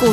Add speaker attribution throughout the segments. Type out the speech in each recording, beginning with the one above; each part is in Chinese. Speaker 1: 股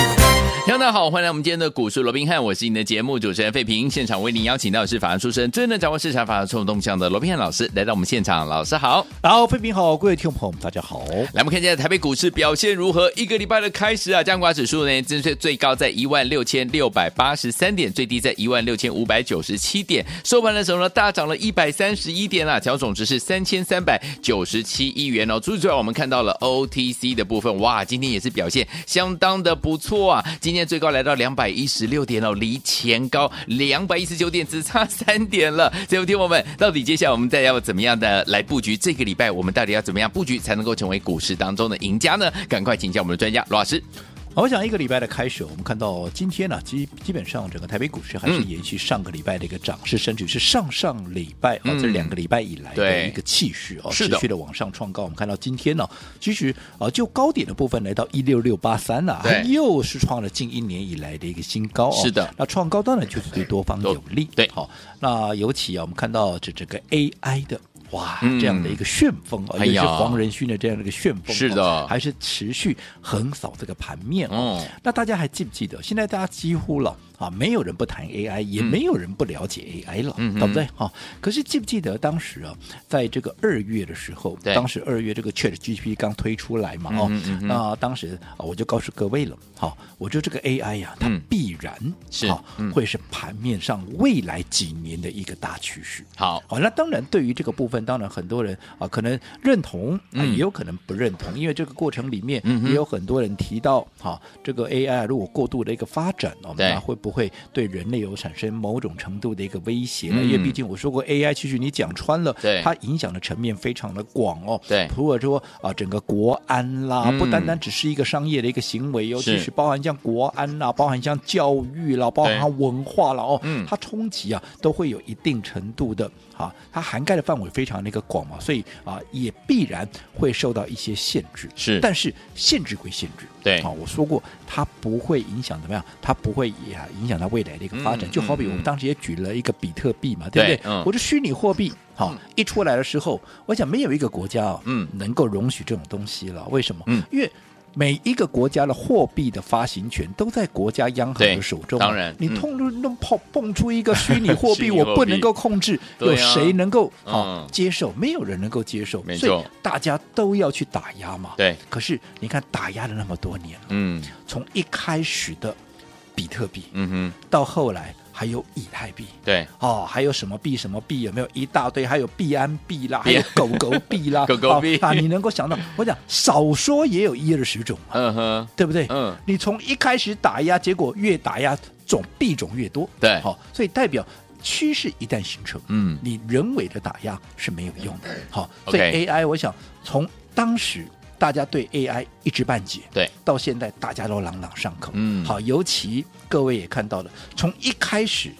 Speaker 2: 听众大家好，欢迎来我们今天的股市罗宾汉，我是你的节目主持人费平。现场为您邀请到的是法案出身、最能掌握市场法案冲动向的罗宾汉老师来到我们现场，老师好。
Speaker 3: 然后，飞平好，各位听众朋友们，大家好。
Speaker 2: 来，我们看一下台北股市表现如何？一个礼拜的开始啊，加权指数呢，最最高在一万六千六百八十三点，最低在一万六千五百九十七点，收盘的时候呢，大涨了一百三十一点啊，调总值是三千三百九十七亿元哦。除此之外，我们看到了 OTC 的部分，哇，今天也是表现相当的不错啊，今天最高来到两百一十六点哦，离前高两百一十九点只差三点了。所以，听我们到底接下来我们再要怎么样的来布局？这个礼拜我们到底要怎么样布局才能够成为股市当中的赢家呢？赶快请教我们的专家罗老师。
Speaker 3: 好我想一个礼拜的开始，我们看到今天呢、基基本上整个台北股市还是延续上个礼拜的一个涨势，甚至是上上礼拜啊、
Speaker 2: 嗯
Speaker 3: 这两个礼拜以来
Speaker 2: 对
Speaker 3: 的一个气势哦，
Speaker 2: 是
Speaker 3: 持
Speaker 2: 的
Speaker 3: 续的往上创高。我们看到今天呢、其实啊、就高点的部分来到一六六八三了，
Speaker 2: 对
Speaker 3: 它又是创了近一年以来的一个新高哦。
Speaker 2: 是的
Speaker 3: 那创高当然就是对多方
Speaker 2: 都
Speaker 3: 有利。
Speaker 2: 对
Speaker 3: 好、那尤其啊，我们看到这整个 AI 的。哇，
Speaker 2: 嗯
Speaker 3: 这样的一个旋风啊，
Speaker 2: 哎
Speaker 3: 尤其
Speaker 2: 呀
Speaker 3: 是黄仁勋的这样的一个旋风哦，
Speaker 2: 是的
Speaker 3: 还是持续横扫这个盘面哦。
Speaker 2: 哦，
Speaker 3: 那大家还记不记得？现在大家几乎了啊，没有人不谈 AI，也
Speaker 2: 嗯
Speaker 3: 没有人不了解 AI 了，
Speaker 2: 嗯哼
Speaker 3: 对不对？哈、可是记不记得当时啊，在这个二月的时候，
Speaker 2: 对
Speaker 3: 当时二月这个 ChatGPT 刚推出来嘛，哦，
Speaker 2: 嗯哼嗯哼
Speaker 3: 那当时啊，我就告诉各位了，好、我觉得这个 AI 呀、它
Speaker 2: 嗯
Speaker 3: 必然、
Speaker 2: 是
Speaker 3: 好
Speaker 2: 嗯
Speaker 3: 会是盘面上未来几年的一个大趋势。
Speaker 2: 好，
Speaker 3: 好、那当然，对于这个部分，当然很多人啊，可能认同，啊，
Speaker 2: 嗯
Speaker 3: 也有可能不认同，因为这个过程里面
Speaker 2: 嗯哼
Speaker 3: 也有很多人提到，哈、这个 AI 如果过度的一个发展，哦，
Speaker 2: 对
Speaker 3: 那会不会对人类有产生某种程度的一个威胁呢？
Speaker 2: 嗯
Speaker 3: 因为毕竟我说过，AI 其实你讲穿了
Speaker 2: 对，
Speaker 3: 它影响的层面非常的广哦，
Speaker 2: 对
Speaker 3: 除了说啊，整个国安啦，
Speaker 2: 嗯
Speaker 3: 不单单只是一个商业的一个行为哦，
Speaker 2: 是
Speaker 3: 其实包含像国安啦，包含像教育啦，包含文化啦，哦，
Speaker 2: 嗯
Speaker 3: 它冲击啊，都会有一定程度的啊，它涵盖的范围非常的一个广嘛，所以啊，也必然会受到一些限制。
Speaker 2: 是
Speaker 3: 但是限制归限制，
Speaker 2: 对
Speaker 3: 啊，我说过，它不会影响怎么样，它不会也影响它未来的一个发展。
Speaker 2: 嗯
Speaker 3: 就好比我
Speaker 2: 嗯
Speaker 3: 们
Speaker 2: 嗯
Speaker 3: 当时也举了一个比特币嘛，对不
Speaker 2: 对
Speaker 3: 对？
Speaker 2: 嗯
Speaker 3: 我的虚拟货币。好，一出来的时候，我想没有一个国家啊，
Speaker 2: 嗯
Speaker 3: 能够容许这种东西了。为什么？
Speaker 2: 嗯
Speaker 3: 因为每一个国家的货币的发行权都在国家央行
Speaker 2: 对
Speaker 3: 的手中啊。
Speaker 2: 当然
Speaker 3: 你
Speaker 2: 嗯
Speaker 3: 通路弄跑蹦 出一个虚拟货
Speaker 2: 虚拟
Speaker 3: 币，
Speaker 2: 货币
Speaker 3: 我不能够控制，
Speaker 2: 对啊
Speaker 3: 有谁能够
Speaker 2: 嗯
Speaker 3: 啊接受？没有人能够接受
Speaker 2: 没，错
Speaker 3: 所以大家都要去打压嘛。
Speaker 2: 对，
Speaker 3: 可是你看，打压了那么多年了，
Speaker 2: 嗯
Speaker 3: 从一开始的比特币，
Speaker 2: 嗯哼，
Speaker 3: 到后来还有以太币，
Speaker 2: 对，
Speaker 3: 哦，还有什么币什么币有没有一大堆？还有币安币啦，还
Speaker 2: 币
Speaker 3: 有
Speaker 2: 安
Speaker 3: 狗狗币 啦，
Speaker 2: 狗狗币
Speaker 3: 哦啊！你能够想到，我讲少说也有一二十种嘛，
Speaker 2: 嗯哼，
Speaker 3: 对不对？
Speaker 2: 嗯，
Speaker 3: 你从一开始打压，结果越打压种币种越多，
Speaker 2: 对
Speaker 3: 好、所以代表趋势一旦形成，
Speaker 2: 嗯
Speaker 3: 你人为的打压是没有用的，好、
Speaker 2: 哎 OK
Speaker 3: 所以 AI 我想从当时大家对 AI 一知半解，
Speaker 2: 对，
Speaker 3: 到现在大家都朗朗上口，
Speaker 2: 嗯
Speaker 3: 好，尤其各位也看到了，从一开始。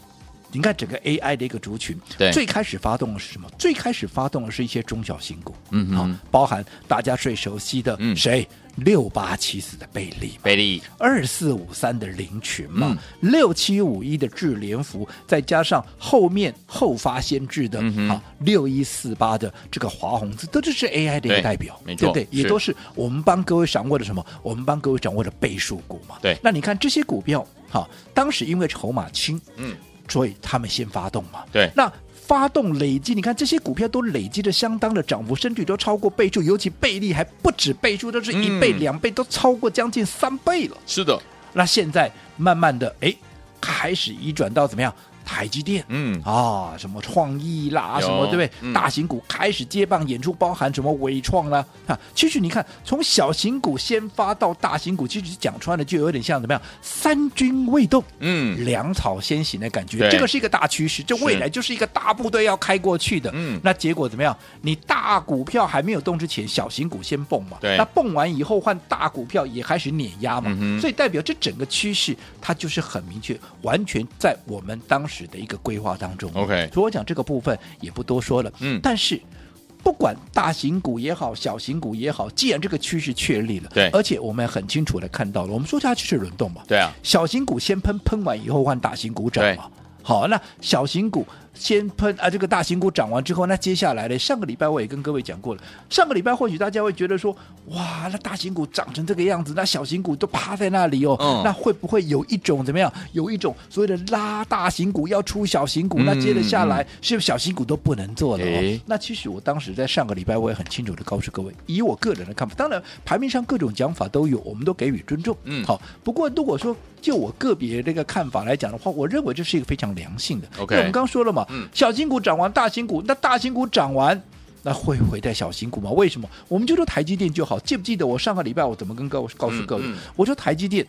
Speaker 3: 你看整个 AI 的一个族群
Speaker 2: 对，
Speaker 3: 最开始发动的是什么？最开始发动的是一些中小型股，
Speaker 2: 嗯哼
Speaker 3: 好，包含大家最熟悉的
Speaker 2: 嗯
Speaker 3: 谁？六八七四的贝利嘛，
Speaker 2: 贝利，
Speaker 3: 二四五三的林群嘛，
Speaker 2: 嗯
Speaker 3: 六七五一的智联福，再加上后面后发先至的
Speaker 2: 嗯哼
Speaker 3: 啊六一四八的这个华宏，这都这是 AI 的一
Speaker 2: 对
Speaker 3: 个代表，
Speaker 2: 没
Speaker 3: 对不
Speaker 2: 错
Speaker 3: 对？也
Speaker 2: 是
Speaker 3: 都是我们帮各位掌握的什么？我们帮各位掌握的倍数股嘛。
Speaker 2: 对
Speaker 3: 那你看这些股票，哈、当时因为筹码轻，
Speaker 2: 嗯，
Speaker 3: 所以他们先发动嘛。
Speaker 2: 对
Speaker 3: 那发动累积，你看这些股票都累积了相当的涨幅，甚至都超过倍数，尤其倍率还不止倍数，都是一倍、
Speaker 2: 嗯
Speaker 3: 两倍，都超过将近三倍了。
Speaker 2: 是的，
Speaker 3: 那现在慢慢的，哎，开始移转到怎么样？台积电，
Speaker 2: 嗯
Speaker 3: 啊，什么创意啦，
Speaker 2: 有
Speaker 3: 什么对不对？
Speaker 2: 嗯
Speaker 3: 大型股开始接棒演出，包含什么伟创啦，哈、其实你看，从小型股先发到大型股，其实讲穿了就有点像怎么样，三军未动。
Speaker 2: 嗯
Speaker 3: 粮草先行的感
Speaker 2: 对
Speaker 3: 觉，这个是一个大趋势，这
Speaker 2: 是
Speaker 3: 未来就是一个大部队要开过去的。
Speaker 2: 嗯
Speaker 3: 那结果怎么样？你大股票还没有动之前，小型股先蹦嘛。
Speaker 2: 对
Speaker 3: 那蹦完以后换大股票也开始碾压嘛。
Speaker 2: 嗯哼
Speaker 3: 所以代表这整个趋势它就是很明确，完全在我们当时的一个规划当中。
Speaker 2: OK
Speaker 3: 所以我讲这个部分也不多说了。
Speaker 2: 嗯
Speaker 3: 但是。不管大型股也好，小型股也好，既然这个趋势确立了，
Speaker 2: 对
Speaker 3: 而且我们很清楚的看到了，我们说它趋势轮动嘛，
Speaker 2: 对啊，
Speaker 3: 小型股先喷，喷完以后换大型股涨
Speaker 2: 对
Speaker 3: 嘛。好，那小型股先喷啊，这个大型股涨完之后，那接下来呢？上个礼拜我也跟各位讲过了，上个礼拜或许大家会觉得说，哇，那大型股涨成这个样子，那小型股都趴在那里哦，
Speaker 2: 嗯
Speaker 3: 那会不会有一种怎么样？有一种所谓的拉大型股要出小型股，那接着下来是不是小型股都不能做了、哦？
Speaker 2: 嗯诶
Speaker 3: 那其实我当时在上个礼拜我也很清楚的告诉各位，以我个人的看法，当然盘面上各种讲法都有，我们都给予尊重。
Speaker 2: 嗯
Speaker 3: 好。不过如果说就我个别这个看法来讲的话，我认为这是一个非常良性的。
Speaker 2: OK
Speaker 3: 因为我们刚刚说了嘛，
Speaker 2: 嗯
Speaker 3: 小新股涨完大新股，那大新股涨完。那会回带小新股吗？为什么？我们就说台积电就好。记不记得我上个礼拜我怎么跟各位告诉各位？
Speaker 2: 嗯嗯
Speaker 3: 我说台积电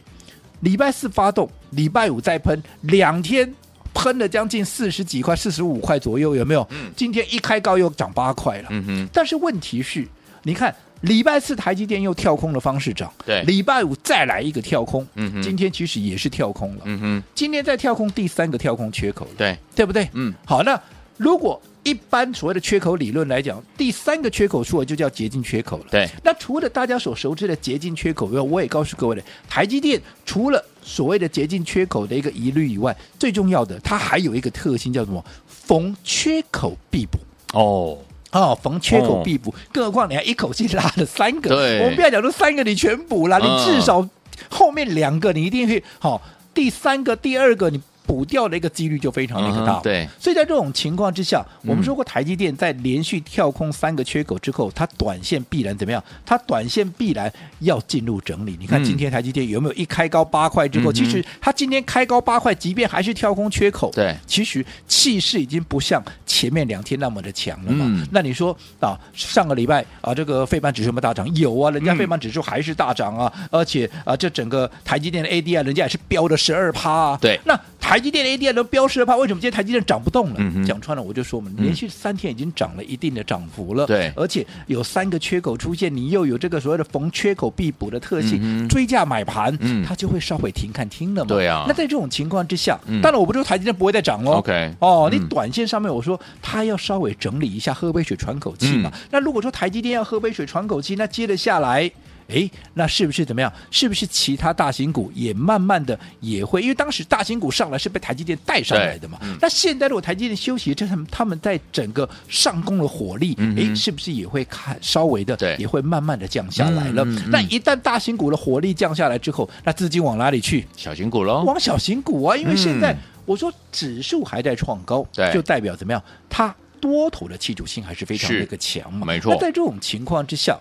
Speaker 3: 礼拜四发动，礼拜五再喷，两天喷了将近四十几块，四十五块左右，有没有？
Speaker 2: 嗯
Speaker 3: 今天一开高又涨八块了。
Speaker 2: 嗯哼，
Speaker 3: 但是问题是，你看礼拜四台积电又跳空的方式涨，
Speaker 2: 对
Speaker 3: 礼拜五再来一个跳空，
Speaker 2: 嗯哼
Speaker 3: 今天其实也是跳空了，
Speaker 2: 嗯哼，
Speaker 3: 今天再跳空第三个跳空缺口了，
Speaker 2: 对，
Speaker 3: 对不对？
Speaker 2: 嗯，
Speaker 3: 好，那如果一般所谓的缺口理论来讲，第三个缺口处就叫捷径缺口了。
Speaker 2: 对，
Speaker 3: 那除了大家所熟知的捷径缺口以外，我也告诉各位了，台积电除了所谓的捷径缺口的一个疑虑以外，最重要的它还有一个特性叫什么？逢缺口必补。
Speaker 2: 哦，
Speaker 3: 哦，逢缺口必补，更何况你还一口气拉了三个，
Speaker 2: 对
Speaker 3: 我们不要讲说三个你全补了，
Speaker 2: 嗯
Speaker 3: 你至少后面两个你一定会好、第三个、第二个你补掉的一个几率就非常那个大、
Speaker 2: 嗯对，
Speaker 3: 所以在这种情况之下，我
Speaker 2: 嗯
Speaker 3: 们说过台积电在连续跳空三个缺口之后，它短线必然怎么样？它短线必然要进入整理。你看
Speaker 2: 嗯
Speaker 3: 今天台积电有没有一开高八块之后，
Speaker 2: 嗯哼
Speaker 3: 其实它今天开高八块，即便还是跳空缺口，
Speaker 2: 对
Speaker 3: 其实气势已经不像前面两天那么的强了嘛。
Speaker 2: 嗯
Speaker 3: 那你说啊，上个礼拜啊，这个费半指数有没有大涨？有啊，人家
Speaker 2: 嗯
Speaker 3: 费半指数还是大涨啊，而且啊，这整个台积电的 ADR 人家也是飙了十二趴啊。
Speaker 2: 对
Speaker 3: 那台积电的 ADR 都飙十二趴，为什么今天台积电涨不动了？
Speaker 2: 嗯哼
Speaker 3: 讲穿了，我就说嘛，
Speaker 2: 嗯
Speaker 3: 连续三天已经涨了一定的涨幅了。
Speaker 2: 对
Speaker 3: 而且有三个缺口出现，你又有这个所谓的逢缺口必补的特性，
Speaker 2: 嗯哼
Speaker 3: 追价买盘，
Speaker 2: 嗯
Speaker 3: 它就会稍微停看听了嘛。
Speaker 2: 对啊
Speaker 3: 那在这种情况之下，
Speaker 2: 嗯
Speaker 3: 当然我不说台积电不会再涨哦。
Speaker 2: OK，
Speaker 3: 哦，你
Speaker 2: 嗯
Speaker 3: 短线上面我说它要稍微整理一下，喝杯水喘口气嘛。
Speaker 2: 嗯
Speaker 3: 那如果说台积电要喝杯水喘口气，那接着下来。诶，那是不是怎么样？是不是其他大型股也慢慢的也会？因为当时大型股上来是被台积电带上来的嘛。
Speaker 2: 嗯
Speaker 3: 那现在如果台积电休息，这他们他们在整个上攻的火力，
Speaker 2: 嗯哼
Speaker 3: 诶，是不是也会看稍微的
Speaker 2: 对，
Speaker 3: 也会慢慢的降下来了？
Speaker 2: 嗯嗯嗯
Speaker 3: 那一旦大型股的火力降下来之后，那资金往哪里去？
Speaker 2: 小型股喽，
Speaker 3: 往小型股啊，因为现在
Speaker 2: 嗯
Speaker 3: 我说指数还在创高，
Speaker 2: 对
Speaker 3: 就代表怎么样？它多头的气主性还是非常
Speaker 2: 是
Speaker 3: 那个强嘛，
Speaker 2: 没错
Speaker 3: 那在这种情况之下，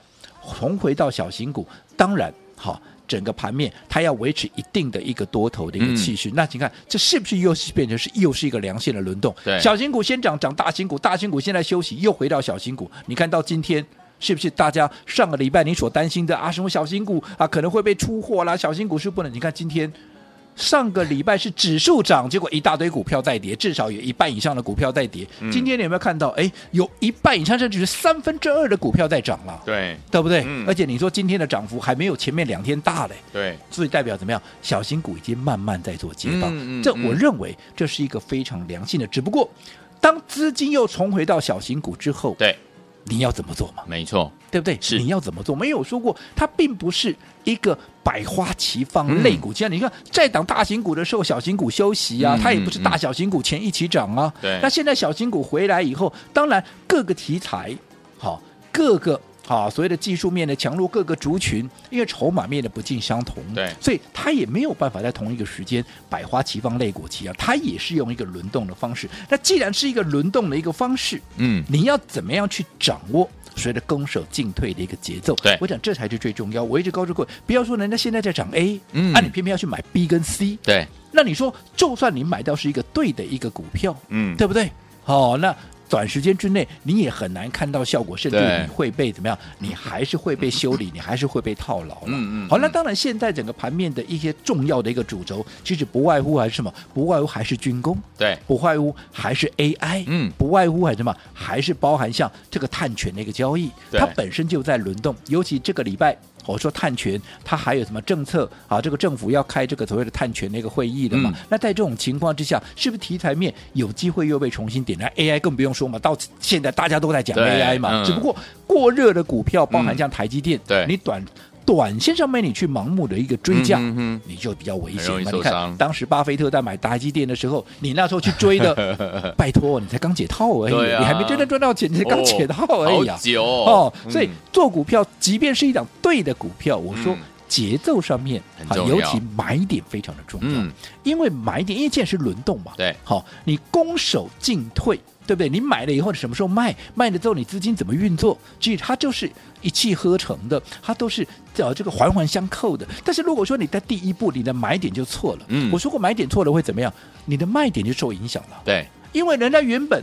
Speaker 3: 重回到小型股，当然好。整个盘面它要维持一定的一个多头的一个气势，
Speaker 2: 嗯
Speaker 3: 那你看这是不是又是变成是又是一个良性的轮动？
Speaker 2: 对
Speaker 3: 小型股先涨涨大型股，大型股现在休息又回到小型股，你看到今天。是不是大家上个礼拜你所担心的啊？什么小型股啊可能会被出货啦？小型股是不能。你看今天上个礼拜是指数涨，结果一大堆股票在跌，至少有一半以上的股票在跌。
Speaker 2: 嗯
Speaker 3: 今天你有没有看到？哎，有一半以上甚至是三分之二的股票在涨了，
Speaker 2: 对
Speaker 3: 对不对？
Speaker 2: 嗯
Speaker 3: 而且你说今天的涨幅还没有前面两天大嘞。
Speaker 2: 对，
Speaker 3: 所以代表怎么样？小型股已经慢慢在做接棒，
Speaker 2: 嗯嗯
Speaker 3: 这
Speaker 2: 嗯
Speaker 3: 我认为这是一个非常良性的。只不过，当资金又重回到小型股之后，
Speaker 2: 对，
Speaker 3: 你要怎么做嘛？
Speaker 2: 没错，
Speaker 3: 对不对？
Speaker 2: 是
Speaker 3: 你要怎么做？没有说过，它并不是一个百花齐放
Speaker 2: 嗯
Speaker 3: 类股。这样、你看，在涨大型股的时候，小型股休息啊，
Speaker 2: 嗯
Speaker 3: 它也不是
Speaker 2: 嗯
Speaker 3: 大小型股前一起涨啊。
Speaker 2: 对
Speaker 3: 那现在小型股回来以后，当然各个题材好、各个。啊，所谓的技术面的强弱，各个族群因为筹码面的不尽相同，
Speaker 2: 对
Speaker 3: 所以它也没有办法在同一个时间百花齐放、类股齐扬，它也是用一个轮动的方式。那既然是一个轮动的一个方式，
Speaker 2: 嗯，
Speaker 3: 你要怎么样去掌握随着攻守进退的一个节奏？
Speaker 2: 对
Speaker 3: 我讲这才是最重要。我一直告诉各位，不要说人家现在在涨 A，
Speaker 2: 嗯
Speaker 3: 啊，你偏偏要去买 B 跟 C，
Speaker 2: 对，
Speaker 3: 那你说，就算你买到是一个对的一个股票，
Speaker 2: 嗯，
Speaker 3: 对不对？哦，那短时间之内你也很难看到效果，甚至
Speaker 2: 对
Speaker 3: 你会被怎么样？你还是会被修 理，你还是会被套牢了。
Speaker 2: 嗯嗯
Speaker 3: 好，那
Speaker 2: 嗯
Speaker 3: 当然，现在整个盘面的一些重要的一个主轴，其实不外乎还是什么？不外乎还是军工。
Speaker 2: 对，
Speaker 3: 不外乎还是 AI，
Speaker 2: 嗯
Speaker 3: 不外乎还是什么，还是包含像这个碳权的一个交易，
Speaker 2: 对
Speaker 3: 它本身就在轮动。尤其这个礼拜我说碳权，它还有什么政策啊？这个政府要开这个所谓的碳权的一个会议的嘛？
Speaker 2: 嗯
Speaker 3: 那在这种情况之下，是不是题材面有机会又被重新点燃？AI 更不用说嘛，到现在大家都在讲
Speaker 2: 对
Speaker 3: AI 嘛，
Speaker 2: 嗯
Speaker 3: 只不过过热的股票，包含像台积电，
Speaker 2: 对
Speaker 3: 你短短线上面你去盲目的一个追价，
Speaker 2: 嗯哼
Speaker 3: 你就比较危
Speaker 2: 很
Speaker 3: 险
Speaker 2: 容易
Speaker 3: 嘛。
Speaker 2: 受
Speaker 3: 你
Speaker 2: 伤
Speaker 3: 看当时巴菲特在买台积电的时候，你那时候去追 的，拜托，你才刚解套而
Speaker 2: 对
Speaker 3: 已，
Speaker 2: 啊哦
Speaker 3: 你还没真正赚到钱，你才刚解套而已啊
Speaker 2: 好。久
Speaker 3: 哦，
Speaker 2: 嗯
Speaker 3: 所以做股票，即便是一档对的股票，我说
Speaker 2: 嗯
Speaker 3: 节奏上面
Speaker 2: 很
Speaker 3: 啊
Speaker 2: 重要
Speaker 3: 尤其买点非常的重要
Speaker 2: 嗯，
Speaker 3: 因为买点，因为现在是轮动嘛，
Speaker 2: 对
Speaker 3: 好，你攻守进退，对不对？你买了以后，你什么时候卖？卖了之后，你资金怎么运作？其实它就是一气呵成的，它都是呃这个环环相扣的。但是如果说你在第一步你的买点就错了，
Speaker 2: 嗯
Speaker 3: 我说过买点错了会怎么样？你的卖点就受影响了。
Speaker 2: 对，
Speaker 3: 因为人家原本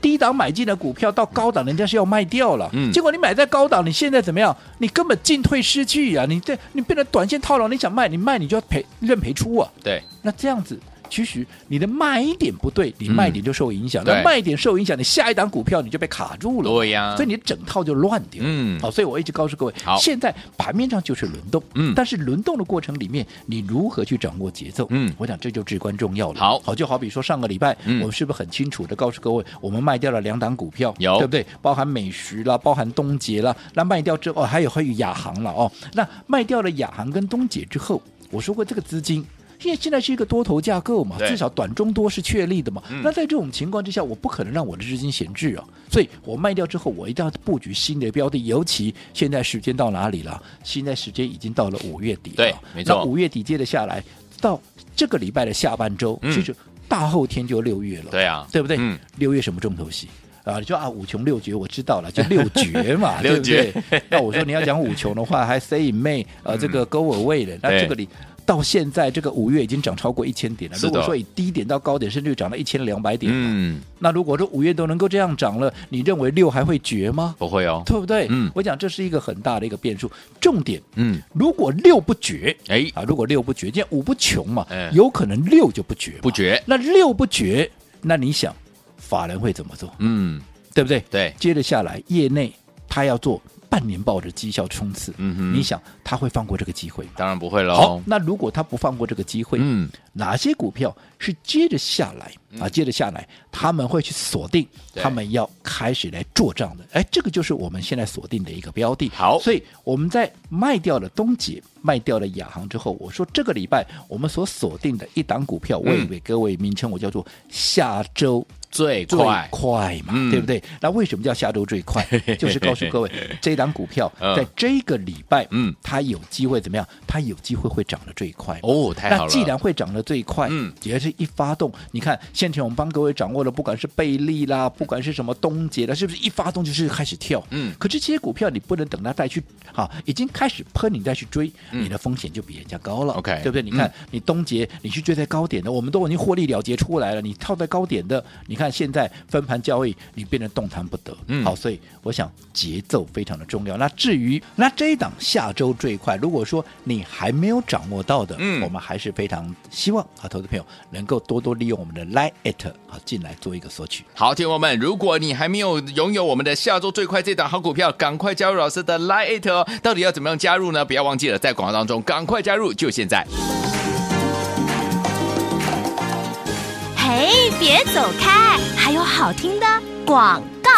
Speaker 3: 低档买进的股票到高档，人家是要卖掉了。
Speaker 2: 嗯
Speaker 3: 结果你买在高档，你现在怎么样？你根本进退失据呀、你这你变成短线套牢，你想卖，你卖你就要赔认赔出啊。
Speaker 2: 对，
Speaker 3: 那这样子，其实你的卖点不对，你卖点就受影响。
Speaker 2: 嗯对
Speaker 3: 那卖点受影响，你下一档股票你就被卡住了。
Speaker 2: 对呀
Speaker 3: 所以你整套就乱掉。
Speaker 2: 啊嗯
Speaker 3: 好，所以我一直告诉各位
Speaker 2: 好，
Speaker 3: 现在盘面上就是轮动，
Speaker 2: 嗯
Speaker 3: 但是轮动的过程里面，你如何去掌握节奏？
Speaker 2: 嗯
Speaker 3: 我想这就至关重要了。
Speaker 2: 好
Speaker 3: 好，就好比说上个礼拜，
Speaker 2: 嗯
Speaker 3: 我们是不是很清楚的告诉各位，我们卖掉了两档股票，
Speaker 2: 有
Speaker 3: 对不对？包含美食啦，包含东杰啦，那卖掉之后，哦，还有还有亚航了哦，那卖掉了亚航跟东杰之后，我说过这个资金。因为现在是一个多头架构嘛，
Speaker 2: 对
Speaker 3: 至少短中多是确立的嘛。
Speaker 2: 嗯
Speaker 3: 那在这种情况之下，我不可能让我的资金闲置啊，所以我卖掉之后，我一定要布局新的标的。尤其现在时间到哪里了？现在时间已经到了五月底了，
Speaker 2: 对没错
Speaker 3: 那五月底接着下来，到这个礼拜的下半周，
Speaker 2: 嗯
Speaker 3: 其实大后天就六月了。
Speaker 2: 对啊，
Speaker 3: 对不对？
Speaker 2: 嗯
Speaker 3: 六月什么重头戏？啊，你说啊，五穷六绝，我知道 了，就六绝嘛，
Speaker 2: 六绝嗯
Speaker 3: 对不对？那我说你要讲五穷的话，还 say in May，呃，这个 go away 的，那
Speaker 2: 对
Speaker 3: 这个里到现在这个五月已经涨超过一千点了。
Speaker 2: 是的
Speaker 3: 如果说以低点到高点，甚至涨到一千两百点，啊
Speaker 2: 嗯，
Speaker 3: 那如果说五月都能够这样涨了，你认为六还会绝吗？
Speaker 2: 不会哦，
Speaker 3: 对不对？
Speaker 2: 嗯
Speaker 3: 我讲这是一个很大的一个变数。重点，
Speaker 2: 嗯，
Speaker 3: 如果六不绝，
Speaker 2: 哎，
Speaker 3: 啊，如果六不绝，这五不穷嘛，
Speaker 2: 嗯
Speaker 3: 有可能六就不绝嘛，
Speaker 2: 不绝，
Speaker 3: 那六不绝，那你想法人会怎么做？
Speaker 2: 嗯，
Speaker 3: 对不对？
Speaker 2: 对，
Speaker 3: 接着下来，业内他要做半年报的绩效冲刺，
Speaker 2: 嗯哼
Speaker 3: 你想他会放过这个机会吗？
Speaker 2: 当然不会喽
Speaker 3: 好，，那如果他不放过这个机会，
Speaker 2: 嗯，
Speaker 3: 哪些股票是接着下来啊？接着下来，他们会去锁定，
Speaker 2: 对
Speaker 3: 他们要开始来做账的。哎，这个就是我们现在锁定的一个标的。
Speaker 2: 好
Speaker 3: 所以我们在卖掉了东杰，卖掉了亚航之后，我说这个礼拜我们所锁定的一档股票，我也
Speaker 2: 嗯
Speaker 3: 给各位名称我叫做下周
Speaker 2: 最
Speaker 3: 最
Speaker 2: 快，
Speaker 3: 快嘛，
Speaker 2: 嗯
Speaker 3: 对不对？那为什么叫下周 最快？就是告诉各位，这档股票
Speaker 2: 嗯
Speaker 3: 在这个礼拜，
Speaker 2: 嗯
Speaker 3: 它有机会怎么样？它有机会会涨得最快。
Speaker 2: 哦，太好
Speaker 3: 那
Speaker 2: 了，
Speaker 3: 既然会涨得最快，
Speaker 2: 嗯
Speaker 3: 也是一发动，你看先前我们帮各位掌握了，不管是贝利啦，不管是什么东杰啦，是不是一发动就是开始跳？
Speaker 2: 嗯
Speaker 3: 可是这些股票你不能等它再去，好，已经开始喷，你再去追，
Speaker 2: 嗯
Speaker 3: 你的风险就比人家高了。
Speaker 2: OK，嗯
Speaker 3: 对不对？你看、你东杰，你去追在高点的，我们都已经获利了结出来了，你套在高点的，你看现在分盘交易，你变得动弹不得。
Speaker 2: 嗯
Speaker 3: 好，所以我想节奏非常的重要。那至于那这一档下周最快，如果说你还没有掌握到的，
Speaker 2: 嗯
Speaker 3: 我们还是非常希望啊，投资朋友能够多多利用我们的 Line at 啊进来做一个索取。
Speaker 2: 好，听众朋友们，如果你还没有拥有我们的下周最快这档好股票，赶快加入老师的 Line It 哦！到底要怎么样加入呢？不要忘记了，在广告当中赶快加入，就现在。
Speaker 1: 嘿，别走开，还有好听的广告。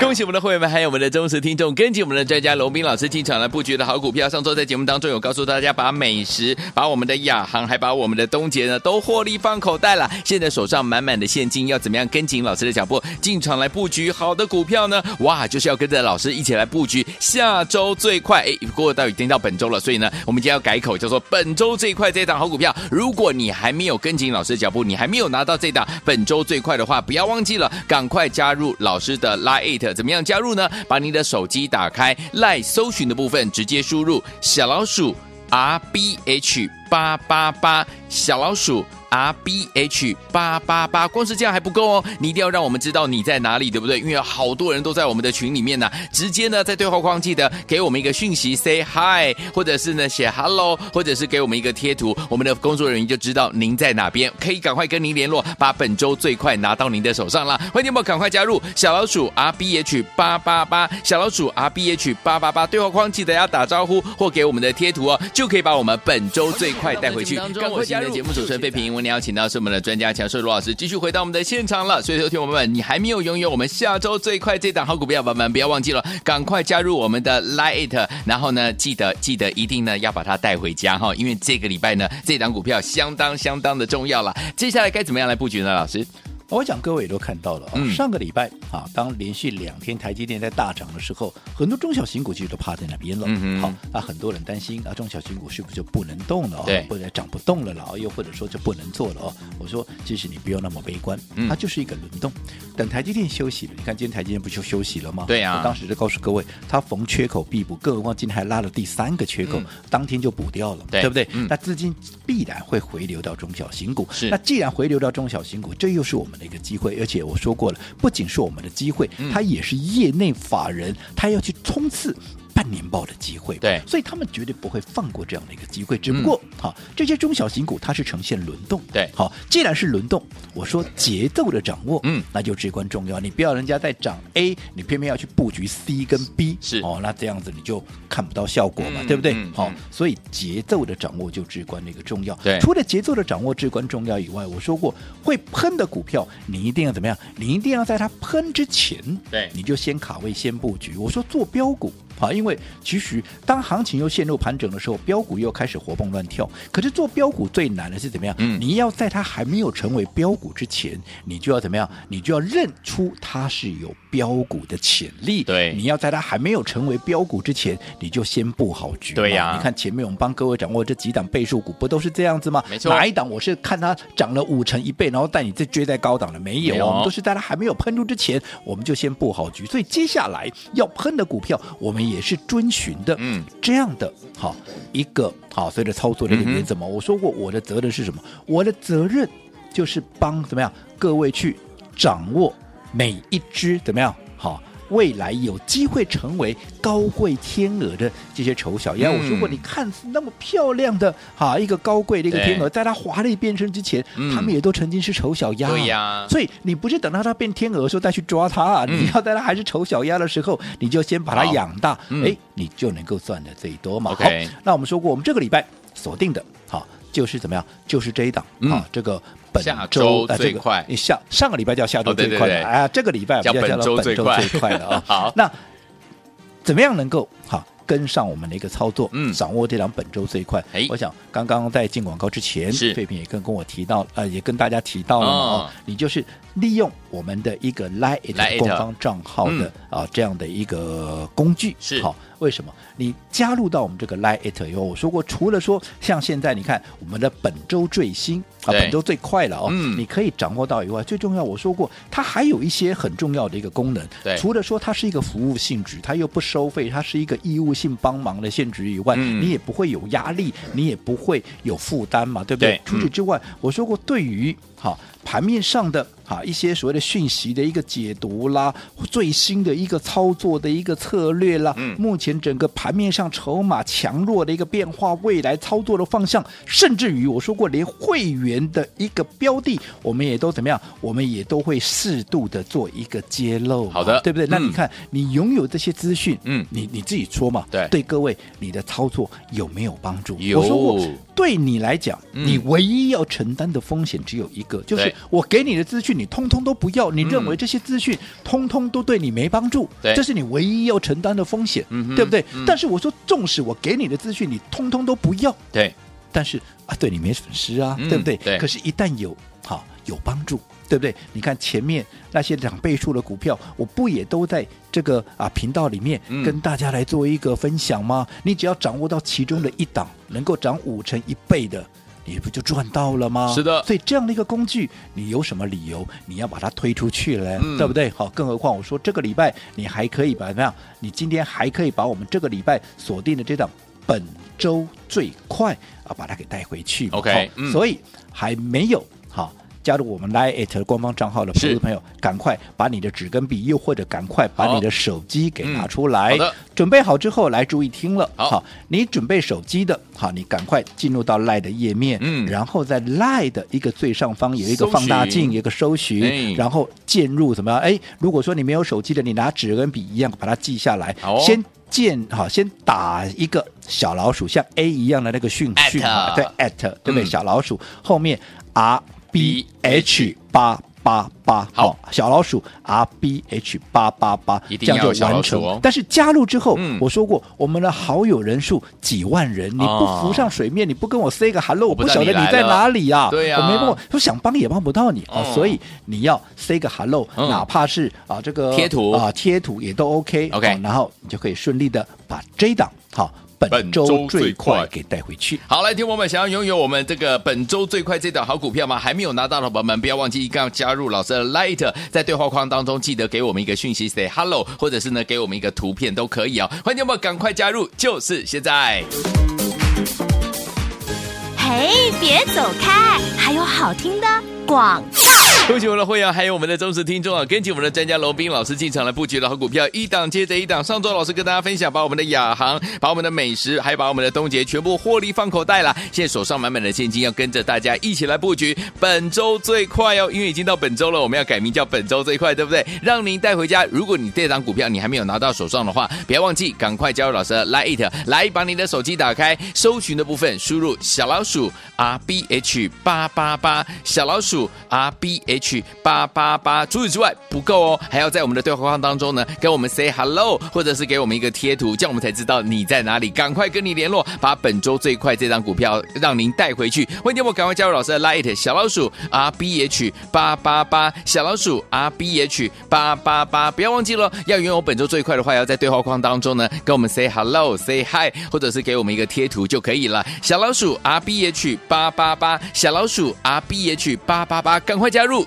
Speaker 2: 恭喜我们的会员们，还有我们的忠实听众，跟紧我们的专家龙斌老师进场来布局的好股票。上周在节目当中有告诉大家，把美食、把我们的亚航，还把我们的东杰呢，都获利放口袋了。现在手上满满的现金，要怎么样跟紧老师的脚步进场来布局好的股票呢？哇，就是要跟着老师一起来布局下周最快。哎，不过到已经到本周了，所以呢，我们今天要改口叫做本周最快这档好股票。如果你还没有跟紧老师的脚步，你还没有拿到这档本周最快的话，不要忘记了，赶快加入老师的 Line It。怎么样加入呢？把你的手机打开 Line 搜寻的部分，直接输入小老鼠 R B H 八八八，小老鼠 R B H 八八八。光是这样还不够哦，你一定要让我们知道你在哪里，对不对？因为有好多人都在我们的群里面呢、直接呢在对话框记得给我们一个讯息，say hi，或者是呢写 hello，或者是给我们一个贴图，我们的工作人员就知道您在哪边，可以赶快跟您联络，把本周最快拿到您的手上啦。欢迎你们赶快加入小老鼠 R B H 八八八，小老鼠 R B H 八八八对话框记得要打招呼或给我们的贴图哦，就可以把我们本周最快带回去。赶快加入节目主持人费平，我们邀请到是我们的专家强硕罗老师继续回到我们的现场了。所以，说，听我们们，你还没有拥有我们下周最快这档好股票，宝宝们不要忘记了，赶快加入我们的 Lite，然后呢，记得记得一定呢要把它带回家哈，因为这个礼拜呢，这档股票相当相当的重要了。接下来该怎么样来布局呢？老师，
Speaker 3: 哦我想各位也都看到了、哦，
Speaker 2: 嗯
Speaker 3: 上个礼拜啊，当连续两天台积电在大涨的时候，很多中小型股其实都趴在那边了。
Speaker 2: 嗯哼
Speaker 3: 好，那很多人担心啊，中小型股是不是就不能动了、哦？
Speaker 2: 对
Speaker 3: 或者涨不动了了、哦，又或者说就不能做了哦。我说，其实你不用那么悲观，
Speaker 2: 嗯
Speaker 3: 它就是一个轮动。等台积电休息了，你看今天台积电不就休息了吗？
Speaker 2: 对啊
Speaker 3: 我当时就告诉各位，它逢缺口必补，更何况今天还拉了第三个缺口，
Speaker 2: 嗯
Speaker 3: 当天就补掉了，
Speaker 2: 对
Speaker 3: 不对？
Speaker 2: 嗯
Speaker 3: 那资金必然会回流到中小型股。
Speaker 2: 是
Speaker 3: 那既然回流到中小型股，这又是我们的一个机会。而且我说过了，不仅是我们的机会，
Speaker 2: 嗯
Speaker 3: 它也是业内法人他要去冲刺。半年报的机会，
Speaker 2: 对嗯
Speaker 3: 所以他们绝对不会放过这样的一个机会。只不过，好、这些中小型股它是呈现轮动，
Speaker 2: 对
Speaker 3: 好，既然是轮动，我说节奏的掌握，
Speaker 2: 嗯
Speaker 3: 那就至关重要。你不要人家在涨 A，你偏偏要去布局 C 跟 B，
Speaker 2: 是
Speaker 3: 哦，那这样子你就看不到效果嘛，
Speaker 2: 嗯
Speaker 3: 对不对？好、
Speaker 2: 嗯嗯
Speaker 3: 所以节奏的掌握就至关的一个重要。
Speaker 2: 对
Speaker 3: 除了节奏的掌握至关重要以外，我说过会喷的股票，你一定要怎么样？你一定要在它喷之前，
Speaker 2: 对
Speaker 3: 你就先卡位先布局。我说做标股。啊，因为其实当行情又陷入盘整的时候，标股又开始活蹦乱跳。可是做标股最难的是怎么样？
Speaker 2: 嗯
Speaker 3: 你要在它还没有成为标股之前，你就要怎么样？你就要认出它是有标股的潜力。
Speaker 2: 对
Speaker 3: 你要在它还没有成为标股之前，你就先布好局嘛。
Speaker 2: 对呀
Speaker 3: 你看前面我们帮各位掌握这几档倍数股，不都是这样子吗？
Speaker 2: 没错
Speaker 3: 哪一档我是看它涨了五成一倍，然后带你再追在高档的没有
Speaker 2: 没
Speaker 3: 啊？
Speaker 2: 有
Speaker 3: 我们都是在它还没有喷出之前，我们就先布好局。所以接下来要喷的股票，我们也是遵循的，
Speaker 2: 嗯，
Speaker 3: 这样的好一个好，所以的操作的一个原则嘛。我说过，我的责任是什么？我的责任就是帮怎么样各位去掌握每一只怎么样好。未来有机会成为高贵天鹅的这些丑小鸭，
Speaker 2: 嗯
Speaker 3: 我说过，你看似那么漂亮的哈一个高贵的一个
Speaker 2: 对
Speaker 3: 天鹅，在它华丽变身之前，
Speaker 2: 嗯
Speaker 3: 它们也都曾经是丑小鸭啊，
Speaker 2: 对呀
Speaker 3: 所以你不是等到它变天鹅的时候再去抓它啊，
Speaker 2: 嗯
Speaker 3: 你要在它还是丑小鸭的时候，你就先把它
Speaker 2: 好
Speaker 3: 养大，哎、
Speaker 2: 嗯
Speaker 3: 你就能够赚的最多嘛。
Speaker 2: OK
Speaker 3: 好，那哎我们说过，我们这个礼拜锁定的，好。就是怎么样？就是这一档、
Speaker 2: 嗯
Speaker 3: 啊，这个本
Speaker 2: 下周
Speaker 3: 周呃
Speaker 2: 最快
Speaker 3: 这个、下上个礼拜叫下
Speaker 2: 哦
Speaker 3: 周
Speaker 2: 对
Speaker 3: 最快
Speaker 2: 对
Speaker 3: 了
Speaker 2: 对
Speaker 3: 啊，这个礼拜
Speaker 2: 叫
Speaker 3: 我们就
Speaker 2: 本周
Speaker 3: 本
Speaker 2: 最
Speaker 3: 周
Speaker 2: 快。
Speaker 3: 最快了啊
Speaker 2: 好，
Speaker 3: 那怎么样能够好跟上我们的一个操作，
Speaker 2: 嗯
Speaker 3: 掌握这档本周最快？
Speaker 2: 哎
Speaker 3: 我想刚刚在进广告之前，
Speaker 2: 是
Speaker 3: 废品也跟跟我提到，呃，也跟大家提到了嘛，
Speaker 2: 哦
Speaker 3: 哦，你就是利用我们的一个 Line
Speaker 2: Lite 嗯
Speaker 3: 官方账号的、啊这样的一个工具，
Speaker 2: 是
Speaker 3: 好。为什么你加入到我们这个 Line It 以后，我说过，除了说像现在你看我们的本周最新啊，
Speaker 2: 对
Speaker 3: 本周最快了哦，
Speaker 2: 嗯
Speaker 3: 你可以掌握到以外，最重要我说过，它还有一些很重要的一个功能，
Speaker 2: 对
Speaker 3: 除了说它是一个服务性质，它又不收费，它是一个义务性帮忙的性质以外，
Speaker 2: 嗯
Speaker 3: 你也不会有压力，你也不会有负担嘛，对不对？
Speaker 2: 对嗯
Speaker 3: 除此之外，我说过，对于哈盘面上的哈一些所谓的讯息的一个解读啦，最新的一个操作的一个策略啦，
Speaker 2: 嗯
Speaker 3: 目前整个盘面上筹码强弱的一个变化，未来操作的方向，甚至于我说过，连会员的一个标的，我们也都怎么样，我们也都会适度的做一个揭露嘛，
Speaker 2: 好的
Speaker 3: 对不对？那
Speaker 2: 嗯
Speaker 3: 你看，你拥有这些资讯，
Speaker 2: 嗯
Speaker 3: 你你自己说嘛，
Speaker 2: 对
Speaker 3: 对各位你的操作有没有帮助？
Speaker 2: 有
Speaker 3: 我说过，对你来讲，
Speaker 2: 嗯
Speaker 3: 你唯一要承担的风险只有一个，就是
Speaker 2: 对嗯
Speaker 3: 我给你的资讯，你通通都不要，你认为这些资讯通通都对你没帮助，
Speaker 2: 对
Speaker 3: 这是你唯一要承担的风险，
Speaker 2: 嗯哼
Speaker 3: 对不对？
Speaker 2: 嗯
Speaker 3: 但是我说，纵使我给你的资讯，你通通都不要，
Speaker 2: 对，
Speaker 3: 但是啊，对你没损失啊，
Speaker 2: 嗯
Speaker 3: 对不对？
Speaker 2: 对
Speaker 3: 可是，一旦有好有帮助，对不对？你看前面那些两倍数的股票，我不也都在这个啊频道里面
Speaker 2: 嗯
Speaker 3: 跟大家来做一个分享吗？你只要掌握到其中的一档，能够涨五成一倍的。你不就赚到了吗？
Speaker 2: 是的
Speaker 3: 所以这样的一个工具，你有什么理由你要把它推出去嘞？
Speaker 2: 嗯
Speaker 3: 对不对？好，更何况我说这个礼拜你还可以把怎么样？你今天还可以把我们这个礼拜锁定的这档本周最快啊，把它给带回去嘛。
Speaker 2: OK，
Speaker 3: 好
Speaker 2: 嗯
Speaker 3: 所以还没有好。加入我们 Line at 官方账号的投
Speaker 2: 是
Speaker 3: 资朋友，赶快把你的纸跟笔，又或者赶快把
Speaker 2: 好
Speaker 3: 你的手机给
Speaker 2: 嗯
Speaker 3: 拿出来。
Speaker 2: 好的
Speaker 3: 准备好之后来注意听了。
Speaker 2: 好
Speaker 3: 你准备手机的，好，你赶快进入到 Line 的页面，
Speaker 2: 嗯
Speaker 3: 然后在 Line 的一个最上方有一
Speaker 2: 搜
Speaker 3: 个
Speaker 2: 寻
Speaker 3: 放大镜，有一个搜寻，
Speaker 2: 哎
Speaker 3: 然后键入怎么样？哎，如果说你没有手机的，你拿纸跟笔一样把它记下来，
Speaker 2: 好哦
Speaker 3: 先。键好，先打一个小老鼠，像 A 一样的那个讯
Speaker 2: at
Speaker 3: 讯号，对 at 对不对？
Speaker 2: 嗯
Speaker 3: 小老鼠后面 R B H 八八八，
Speaker 2: 好
Speaker 3: 小老鼠 R B H 八八八，
Speaker 2: 一定
Speaker 3: 这样
Speaker 2: 要有
Speaker 3: 就
Speaker 2: 小老
Speaker 3: 完
Speaker 2: 鼠
Speaker 3: 成。
Speaker 2: 哦
Speaker 3: 但是加入之后，
Speaker 2: 嗯
Speaker 3: 我说过我们的好友人数几万人，你不
Speaker 2: 哦
Speaker 3: 浮上水面，你不跟我 say 个 hello，我
Speaker 2: 不
Speaker 3: 不
Speaker 2: 知道
Speaker 3: 晓
Speaker 2: 你
Speaker 3: 得
Speaker 2: 来
Speaker 3: 你在
Speaker 2: 了
Speaker 3: 哪里呀、
Speaker 2: 对呀
Speaker 3: 我没办法，我想帮也帮不到你啊、
Speaker 2: 嗯
Speaker 3: 所以你要 say 个 hello，、
Speaker 2: 嗯
Speaker 3: 哪怕是啊这个
Speaker 2: 贴图
Speaker 3: 啊贴图也都 OK，
Speaker 2: OK
Speaker 3: 啊然后你就可以顺利的把这一档好。
Speaker 2: 本
Speaker 3: 本
Speaker 2: 周
Speaker 3: 周
Speaker 2: 最
Speaker 3: 最
Speaker 2: 快
Speaker 3: 快给带回去。
Speaker 2: 好，来，听我们想要拥有我们这个本周最快这档好股票吗？还没有拿到的宝宝们，不要忘记一定要加入老师的 Light，在对话框当中记得给我们一个讯息，say hello，或者是呢给我们一个图片都可以哦。欢迎我们赶快加入，就是现在。
Speaker 1: 嘿，别走开，还有好听的广。
Speaker 2: 恭喜我们的会员，还有我们的忠实听众啊！跟紧我们的专家龙斌老师进场来布局的好股票，一档接着一档。上周老师跟大家分享，把我们的亚航、把我们的美食，还有把我们的东杰全部获利放口袋了。现在手上满满的现金，要跟着大家一起来布局。本周最快哦，因为已经到本周了，我们要改名叫本周最快，对不对？让您带回家。如果你这档股票你还没有拿到手上的话，不要忘记赶快加入老师的 Lite，来把你的手机打开，搜寻的部分输入小老鼠 R B H 八八八，小老鼠 R B H 八八八。除此之外不够哦，还要在我们的对话框当中呢，跟我们 say hello，或者是给我们一个贴图，这样我们才知道你在哪里，赶快跟你联络，把本周最快这张股票让您带回去。欢迎我赶快加入老师的 Light 小老鼠 R B H 八八八，小老鼠 R B H 八八八，不要忘记了，要拥有本周最快的话，要在对话框当中呢跟我们 say hello，say hi，或者是给我们一个贴图就可以了。小老鼠 R B H 八八八，小老鼠 R B H 八八八，赶快加入，